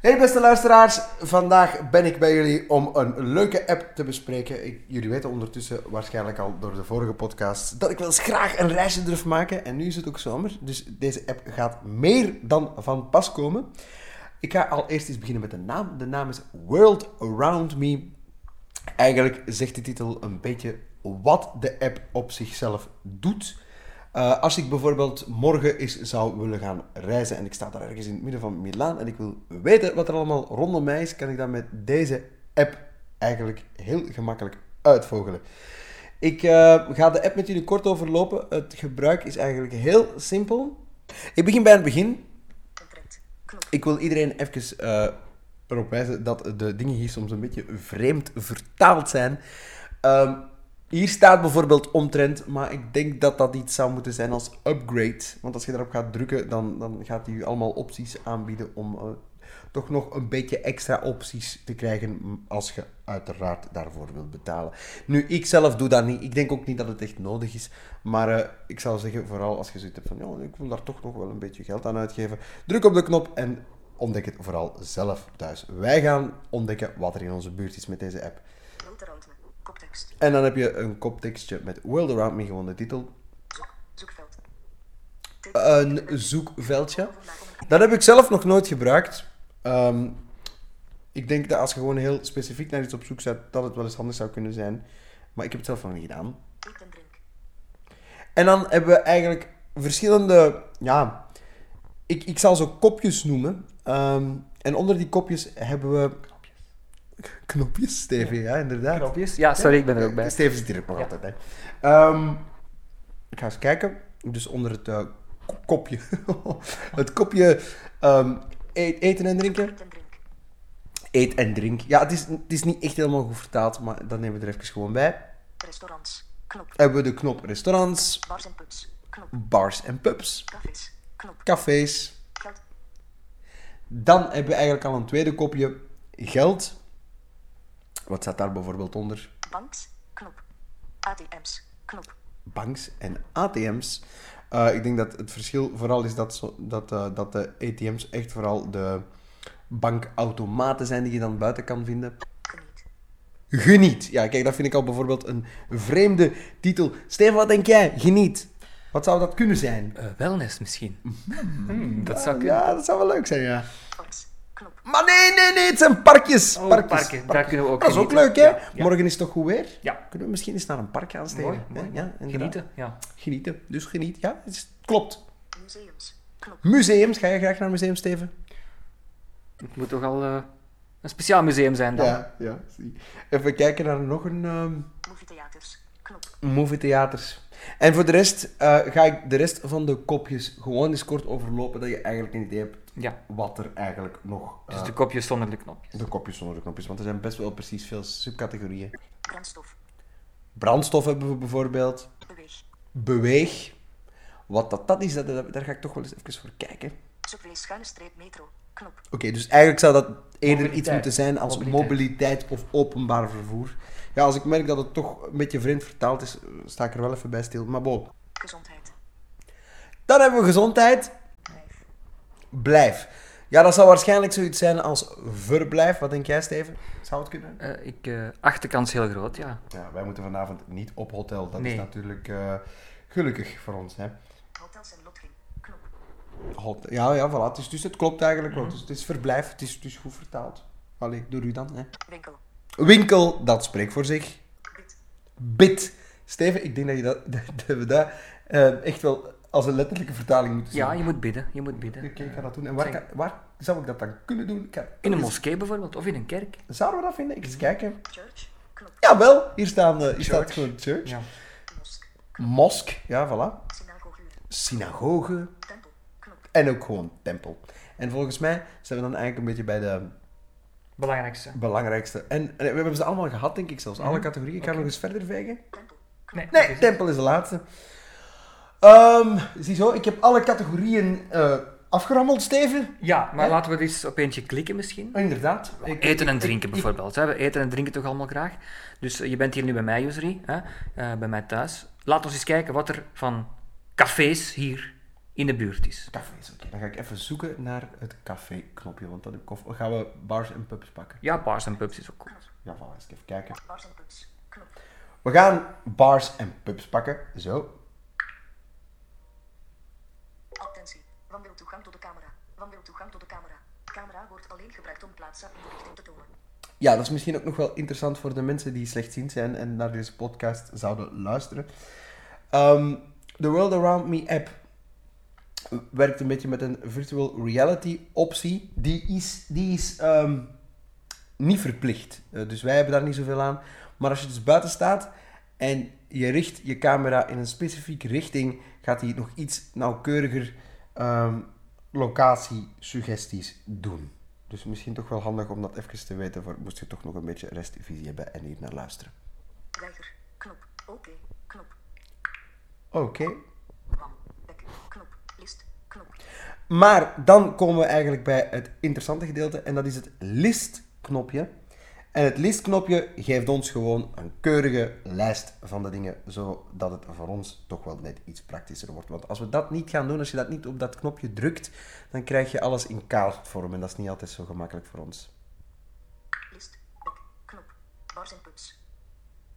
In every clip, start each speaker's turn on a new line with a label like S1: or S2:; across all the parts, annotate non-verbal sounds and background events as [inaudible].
S1: Hey beste luisteraars, vandaag ben ik bij jullie om een leuke app te bespreken. Ik- jullie weten ondertussen waarschijnlijk al door de vorige podcast dat ik wel eens graag een reisje durf maken. En nu is het ook zomer, dus deze app gaat meer dan van pas komen. Ik ga al eerst eens beginnen met de naam. De naam is World Around Me. Eigenlijk zegt de titel een beetje wat de app op zichzelf doet. Eh, als ik bijvoorbeeld morgen eens zou willen gaan reizen en ik sta daar ergens in het midden van Milaan en ik wil weten wat er allemaal rondom mij is, kan ik dat met deze app eigenlijk heel gemakkelijk uitvogelen. Ik eh, ga de app met jullie kort overlopen. Het gebruik is eigenlijk heel simpel. Ik begin bij het begin.
S2: Geprint. Knop.
S1: Ik wil iedereen even eh, erop wijzen dat de dingen hier soms een beetje vreemd vertaald zijn. Ehm, hier staat bijvoorbeeld omtrent, maar ik denk dat dat iets zou moeten zijn als upgrade. Want als je daarop gaat drukken, dan, dan gaat hij u allemaal opties aanbieden om eh, toch nog een beetje extra opties te krijgen m, als je uiteraard daarvoor wilt betalen. Nu, ik zelf doe dat niet. Ik denk ook niet dat het echt nodig is. Maar eh, ik zou zeggen, vooral als je zoiets hebt van, ja, ik wil daar toch nog wel een beetje geld aan uitgeven. Druk op de knop en ontdek het vooral zelf thuis. Wij gaan ontdekken wat er in onze buurt is met deze app.
S2: World around me. Koptekst.
S1: En dan heb je een koptekstje met World Around Me, gewoon de titel.
S2: Zoek. Zoekveld. Dit.
S1: Een zoekveldje. Dat heb ik zelf nog nooit gebruikt. Ehm, ik denk dat als je gewoon heel specifiek naar iets op zoek zet, dat het wel eens handig zou kunnen zijn. Maar ik heb het zelf nog niet gedaan.
S2: Eet en drink.
S1: En dan hebben we eigenlijk verschillende, ja, ik, ik zal ze kopjes noemen. Ehm, en onder die kopjes hebben we... Knopjes, Stevie, ja, inderdaad.
S3: Knopjes? Ja, sorry, ik ben er ook bij.
S1: Steven zit hier ook nog
S3: Ja.
S1: altijd, hè. Ehm, ik ga eens kijken. Dus onder het eh, ko- kopje... [laughs] het kopje ehm, e- eten en drinken.
S2: Eet en drink.
S1: Eet en drink. Ja, het is, het is niet echt helemaal goed vertaald, maar dat nemen we er even gewoon bij.
S2: Restaurants. Knop.
S1: Hebben we de knop restaurants,
S2: Bars en pubs. Knop.
S1: bars en pubs,
S2: Cafés. Knop.
S1: cafés,
S2: Geld.
S1: Dan hebben we eigenlijk al een tweede kopje geld. Wat staat daar bijvoorbeeld onder?
S2: Banks. Knop. ATM's. Knop.
S1: Banks en ATM's. Eh, ik denk dat het verschil vooral is dat, zo, dat, eh, dat de ATM's echt vooral de bankautomaten zijn die je dan buiten kan vinden.
S2: Geniet.
S1: Geniet. Ja, kijk, dat vind ik al bijvoorbeeld een vreemde titel. Stefan, wat denk jij? Geniet. Wat zou dat kunnen zijn?
S3: Eh, wellness misschien. Hmm, dat zou kunnen.
S1: Ja, dat zou wel leuk zijn, ja.
S2: Parks. Knop.
S1: Maar nee, nee, nee, het zijn parkjes.
S3: Oh,
S1: parkjes.
S3: parken, daar kunnen we ook
S1: Dat is ook
S3: genieten.
S1: leuk, hè?
S3: Ja, ja.
S1: Morgen is het toch goed weer?
S3: Ja.
S1: Kunnen we misschien eens naar een park gaan, Steven?
S3: Mooi,
S1: Hè?
S3: mooi.
S1: Ja, inderdaad.
S3: Genieten, ja.
S1: Genieten. Dus geniet, ja. Het is- klopt.
S2: Museums. Knop.
S1: Museums. Ga je graag naar museums, Steven?
S3: Het moet toch al eh, een speciaal museum zijn dan.
S1: ja. zie. Even kijken naar nog een ehm
S2: Movietheaters. Knop.
S1: movietheaters. En voor de rest eh, ga ik de rest van de kopjes gewoon eens kort overlopen, dat je eigenlijk een idee hebt
S3: Ja,
S1: wat er eigenlijk nog... eh,
S3: dus de kopjes zonder de knopjes.
S1: de kopjes zonder de knopjes, want er zijn best wel precies veel subcategorieën.
S2: Brandstof.
S1: Brandstof hebben we bijvoorbeeld.
S2: Beweeg.
S1: Beweeg. Wat dat, dat is, dat, dat- daar ga ik toch wel eens even voor kijken. Oké,
S2: Subway schuine streep metro. Knop.
S1: dus eigenlijk zou dat eerder iets
S3: Mobiliteit.
S1: moeten zijn als mobiliteit.
S3: Mobiliteit.
S1: of openbaar vervoer. Ja, als ik merk dat het toch een beetje vreemd vertaald is, eh, sta ik er wel even bij stil. Maar bon.
S2: Gezondheid.
S1: Dan hebben we gezondheid.
S2: Blijf.
S1: Blijf. Ja, dat zou waarschijnlijk zoiets zijn als verblijf. Wat denk jij, Steven? Zou het kunnen?
S3: Eh, ik, eh achterkant is heel groot, ja.
S1: Ja, wij moeten vanavond niet op hotel. Dat is
S3: Nee.
S1: natuurlijk eh, gelukkig voor ons, hè.
S2: Hotels en lodging. Knop.
S1: God, ja, ja, voilà. Het is, dus het klopt eigenlijk wel. Dus het is verblijf, het is, het is goed vertaald. Allee, door u dan. Hè.
S2: Winkel.
S1: Winkel, dat spreekt voor zich.
S2: Bid.
S1: Bit. Steven, ik denk dat, je dat, [laughs] dat we dat eh, echt wel als een letterlijke vertaling moeten zien.
S3: Ja, je moet bidden, je moet bidden.
S1: Oké, ik ga dat doen. En waar, kan- waar zou ik dat dan kunnen doen? Ik ga-
S3: In een moskee bijvoorbeeld, of in een kerk.
S1: Zouden we dat vinden? Ik eens kijken.
S2: Church. Knop.
S1: Jawel, hier, staan, eh, hier staat
S3: Church.
S1: gewoon church.
S3: Ja.
S2: Mosk.
S1: Mosk, ja, voilà.
S2: Synagoge.
S1: Synagoge.
S2: Tempel. Knop.
S1: En ook gewoon tempel. En volgens mij zijn we dan eigenlijk een beetje bij de
S3: Belangrijkste.
S1: belangrijkste. En, en we hebben ze allemaal gehad, denk ik zelfs. Alle
S3: Mhm.
S1: categorieën. Ik ga nog eens verder vegen.
S2: Tempel.
S1: Nee, tempel is de laatste. Ehm ziezo, ik heb alle categorieën eh, afgerammeld, Steven.
S3: Ja, maar
S1: Hè?
S3: laten we er eens op eentje klikken misschien.
S1: Oh, inderdaad. Ik-
S3: Eten en
S1: ik-
S3: drinken
S1: ik-
S3: bijvoorbeeld. hè. We eten en drinken toch allemaal graag. Dus eh, je bent hier nu bij mij, Josri, hè? eh, bij mij thuis. Laat ons eens kijken wat er van cafés hier
S4: in de buurt is.
S1: Café is oké. Dan ga ik even zoeken naar het café-knopje, want dan gaan we bars en pubs pakken.
S4: Ja, bars en pubs is ook goed.
S1: Ja, voilà, eens even kijken.
S2: Bars en pubs. Knop.
S1: We gaan bars en pubs pakken. Zo.
S2: Attentie. Wandeltoegang tot de camera. Wandeltoegang tot de camera. Camera wordt alleen gebruikt om plaatsen en de richting te tonen.
S1: Ja, dat is misschien ook nog wel interessant voor de mensen die slechtziend zijn en naar deze podcast zouden luisteren. Ehm, de World Around Me app werkt een beetje met een virtual reality optie. Die is, die is ehm, niet verplicht. Eh, dus wij hebben daar niet zoveel aan. Maar als je dus buiten staat en je richt je camera in een specifieke richting, gaat hij nog iets nauwkeuriger ehm locatie-suggesties doen. Dus misschien toch wel handig om dat even te weten, voor, moest je toch nog een beetje restvisie hebben en hier naar luisteren.
S2: Weiger. Knop. Oké. Knop.
S1: Oké.
S2: Wam. Dek. Knop. List. Knop.
S1: Maar dan komen we eigenlijk bij het interessante gedeelte en dat is het listknopje. En het listknopje geeft ons gewoon een keurige lijst van de dingen, zodat het voor ons toch wel net iets praktischer wordt. Want als we dat niet gaan doen, als je dat niet op dat knopje drukt, dan krijg je alles in kaartvorm en dat is niet altijd zo gemakkelijk voor ons.
S2: List. Bek. Knop. Bars en pubs.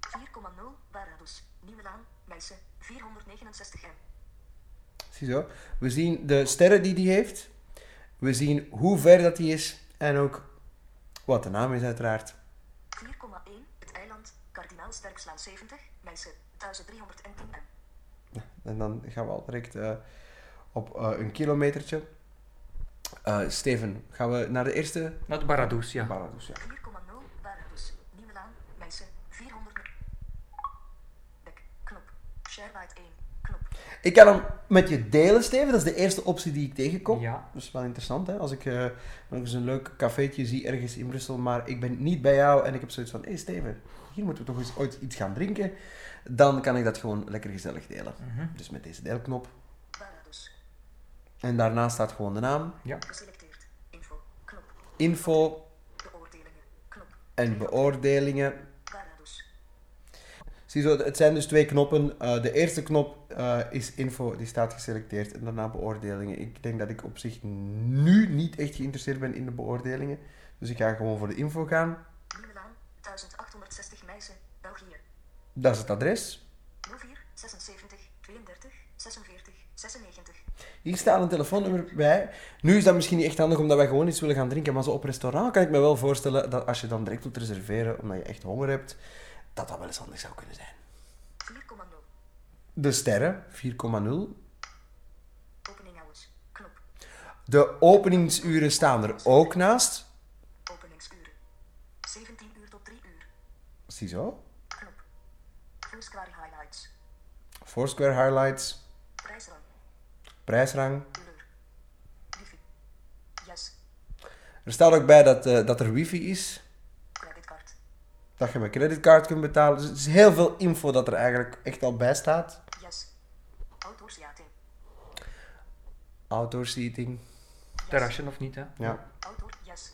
S2: 4,0 Barados. Nieuwe Laan. Meissen. 469 M.
S1: Ziezo. We zien de sterren die die heeft. We zien hoe ver dat die is. En ook wat de naam is uiteraard.
S2: 4,1 Het Eiland. Kardinaal Sterkslaan 70. Meissen. 1310 M.
S1: En dan gaan we al direct eh, op eh, een kilometertje. Eh, Steven, gaan we naar de eerste?
S4: Naar de Baradoes, ja.
S1: Baradoes, ja.
S2: 4,0 Barados. Nieuwe Laan. Meissen. 400 Bek. Knop. Sharewide 1. Knop.
S1: Ik kan hem met je delen, Steven. Dat is de eerste optie die ik tegenkom.
S4: Ja.
S1: Dat is wel interessant, hè? Als ik eh, nog eens een leuk cafeetje zie ergens in Brussel, maar ik ben niet bij jou en ik heb zoiets van... Hé, hey, Steven, hier moeten we toch eens ooit iets gaan drinken. Dan kan ik dat gewoon lekker gezellig delen. Dus met deze deelknop.
S2: Barados.
S1: En daarnaast staat gewoon de naam,
S4: ja.
S2: Geselecteerd. Info. Knop.
S1: info
S2: Beoordelingen. Knop.
S1: en beoordelingen.
S2: Barados.
S1: Ziezo, het zijn dus twee knoppen. Eh, de eerste knop eh, is info, die staat geselecteerd. En daarna beoordelingen. Ik denk dat ik op zich nu niet echt geïnteresseerd ben in de beoordelingen. Dus ik ga gewoon voor de info gaan.
S2: Nieuwe Laan. 1860 Meissen. België.
S1: Dat is het adres.
S2: 04 76 32 46 96.
S1: Hier staat een telefoonnummer bij. Nu is dat misschien niet echt handig omdat wij gewoon iets willen gaan drinken. Maar zo op restaurant kan ik me wel voorstellen dat als je dan direct wilt reserveren omdat je echt honger hebt, dat dat wel eens handig zou kunnen zijn.
S2: 4,0.
S1: De sterren, 4,0.
S2: Opening hours. Knop.
S1: De openingsuren staan er ook naast.
S2: Openingsuren. 17 uur tot 3 uur.
S1: Ziezo.
S2: Knop. Foursquare highlights.
S1: Foursquare highlights.
S2: Prijsrang.
S1: prijsrang.
S2: Kleur. Wifi. Yes.
S1: Er staat ook bij dat, eh, dat er wifi is,
S2: Creditcard.
S1: dat je met creditcard kunt betalen. Dus het is heel veel info dat er eigenlijk echt al bij staat.
S2: Yes. Outdoorsiating.
S1: Outdoor seating.
S2: Yes.
S4: Terrasje of niet, hè?
S1: Ja.
S2: Outdoor. Yes.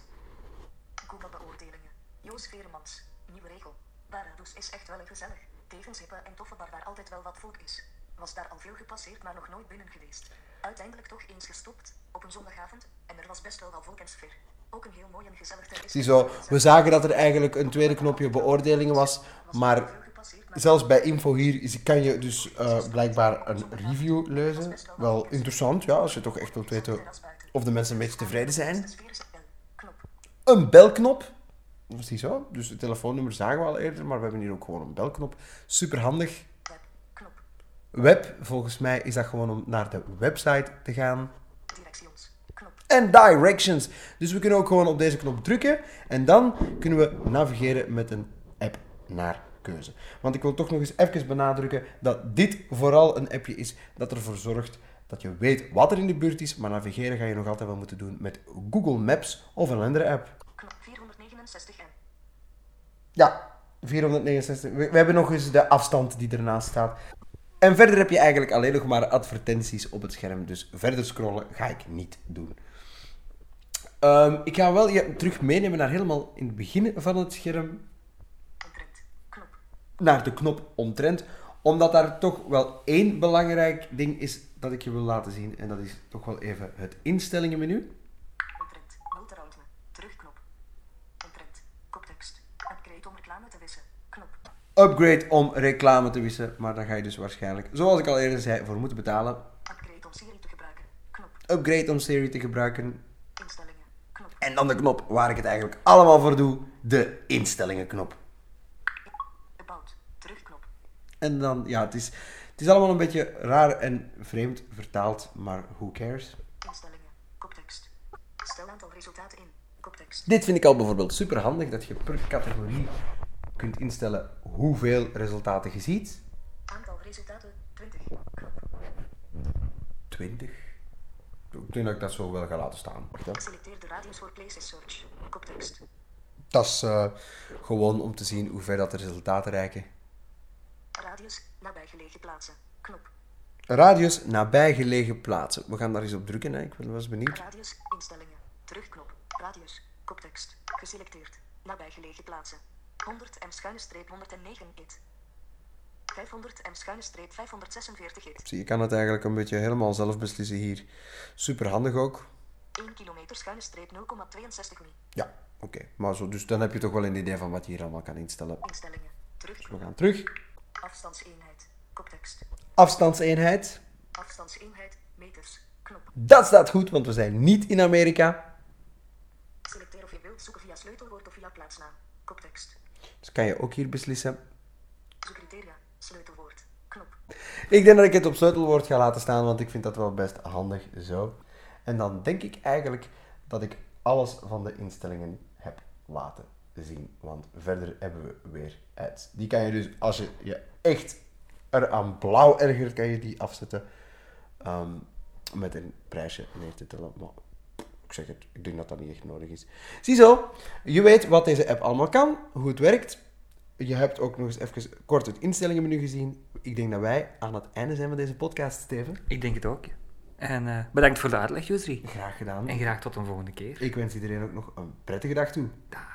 S2: Google beoordelingen. Joos Veremans. Nieuwe regel. Baradoes is echt wel een gezellig, tevens hippe en toffe bar waar altijd wel wat volk is. Was daar al veel gepasseerd, maar nog nooit binnen geweest. Uiteindelijk toch eens gestopt, op een zondagavond, en er was best wel wat volk en sfeer. Ook een heel mooi en gezellig terras.
S1: Ziezo, we zagen dat er eigenlijk een tweede knopje beoordelingen was, maar zelfs bij info hier is- kan je dus eh, blijkbaar een review lezen. Wel interessant, ja, als je toch echt wilt weten of de mensen een beetje tevreden zijn.
S2: De sfeer is L. Knop.
S1: Een belknop. Ziezo, dus het telefoonnummer zagen we al eerder, maar we hebben hier ook gewoon een belknop. Super handig.
S2: Web. Knop.
S1: Web, volgens mij is dat gewoon om naar de website te gaan.
S2: Directions. Knop.
S1: En directions. Dus we kunnen ook gewoon op deze knop drukken. En dan kunnen we navigeren met een app naar keuze. Want ik wil toch nog eens even benadrukken dat dit vooral een appje is dat ervoor zorgt dat je weet wat er in de buurt is. Maar navigeren ga je nog altijd wel moeten doen met Google Maps of een andere app.
S2: Knop 469 M.
S1: Ja, 469. We, we hebben nog eens de afstand die ernaast staat. En verder heb je eigenlijk alleen nog maar advertenties op het scherm. Dus verder scrollen ga ik niet doen. Ehm, ik ga wel je terug meenemen naar helemaal in het begin van het scherm.
S2: Omtrent. Knop.
S1: Naar de knop omtrent. Omdat daar toch wel één belangrijk ding is dat ik je wil laten zien. En dat is toch wel even het instellingenmenu.
S2: Ontrend. Multirautme. Terugknop. Ontrend. Koptekst. Upgrade om reclame te wissen. Knop.
S1: Upgrade om reclame te wissen. Maar daar ga je dus waarschijnlijk, zoals ik al eerder zei, voor moeten betalen.
S2: Upgrade om Siri te gebruiken. Knop.
S1: Upgrade om Siri te gebruiken.
S2: Instellingen. Knop.
S1: En dan de knop waar ik het eigenlijk allemaal voor doe. De instellingenknop.
S2: About. Terugknop.
S1: En dan, ja, het is, het is allemaal een beetje raar en vreemd vertaald. Maar who cares?
S2: Instellingen. Koptekst. Stel aantal resultaten in. Koptekst.
S1: Dit vind ik al bijvoorbeeld super handig, dat je per categorie kunt instellen hoeveel resultaten je ziet.
S2: Aantal resultaten. 20. Knop.
S1: 20. Ik denk dat ik dat zo wel ga laten staan.
S2: Selecteer de radius voor places search. Koptekst.
S1: Dat is eh, gewoon om te zien hoe ver dat de resultaten reiken.
S2: Radius. Nabijgelegen plaatsen. Knop.
S1: Radius nabijgelegen plaatsen. We gaan daar eens op drukken, hè. ik ben wel eens benieuwd.
S2: Radius. Instellingen. Terugknop. Radius. Koptekst. Geselecteerd. Nabijgelegen plaatsen. 100 m schuine streep 109 it. 500 m schuine streep 546 it.
S1: Zie, je kan het eigenlijk een beetje helemaal zelf beslissen hier. Super handig ook.
S2: 1 kilometer schuine streep 0,62 mi.
S1: Ja, oké. Maar zo, dus dan heb je toch wel een idee van wat je hier allemaal kan instellen.
S2: Instellingen.
S1: We
S2: Terugknop.
S1: gaan terug.
S2: Afstandseenheid. Koptekst.
S1: Afstandseenheid.
S2: Afstandseenheid. Meters. Knop.
S1: Dat staat goed, want we zijn niet in Amerika.
S2: Selecteer of je wilt zoeken via sleutelwoord of via plaatsnaam. Koptekst.
S1: Dus kan je ook hier beslissen.
S2: Zoekcriteria. Sleutelwoord. Knop.
S1: Ik denk dat ik het op sleutelwoord ga laten staan, want ik vind dat wel best handig zo. En dan denk ik eigenlijk dat ik alles van de instellingen heb laten zien. Want verder hebben we weer ads. Die kan je dus, als je je echt eraan blauw ergert, kan je die afzetten. ehm, met een prijsje neer te tellen. Maar ik zeg het, ik denk dat dat niet echt nodig is. Ziezo, je weet wat deze app allemaal kan, hoe het werkt. Je hebt ook nog eens even kort het instellingenmenu gezien. Ik denk dat wij aan het einde zijn van deze podcast, Steven.
S4: Ik denk het ook. ja. En eh, bedankt voor de uitleg, Jusri.
S1: Graag gedaan.
S4: En graag tot een volgende keer.
S1: Ik wens iedereen ook nog een prettige dag toe.
S4: Dag.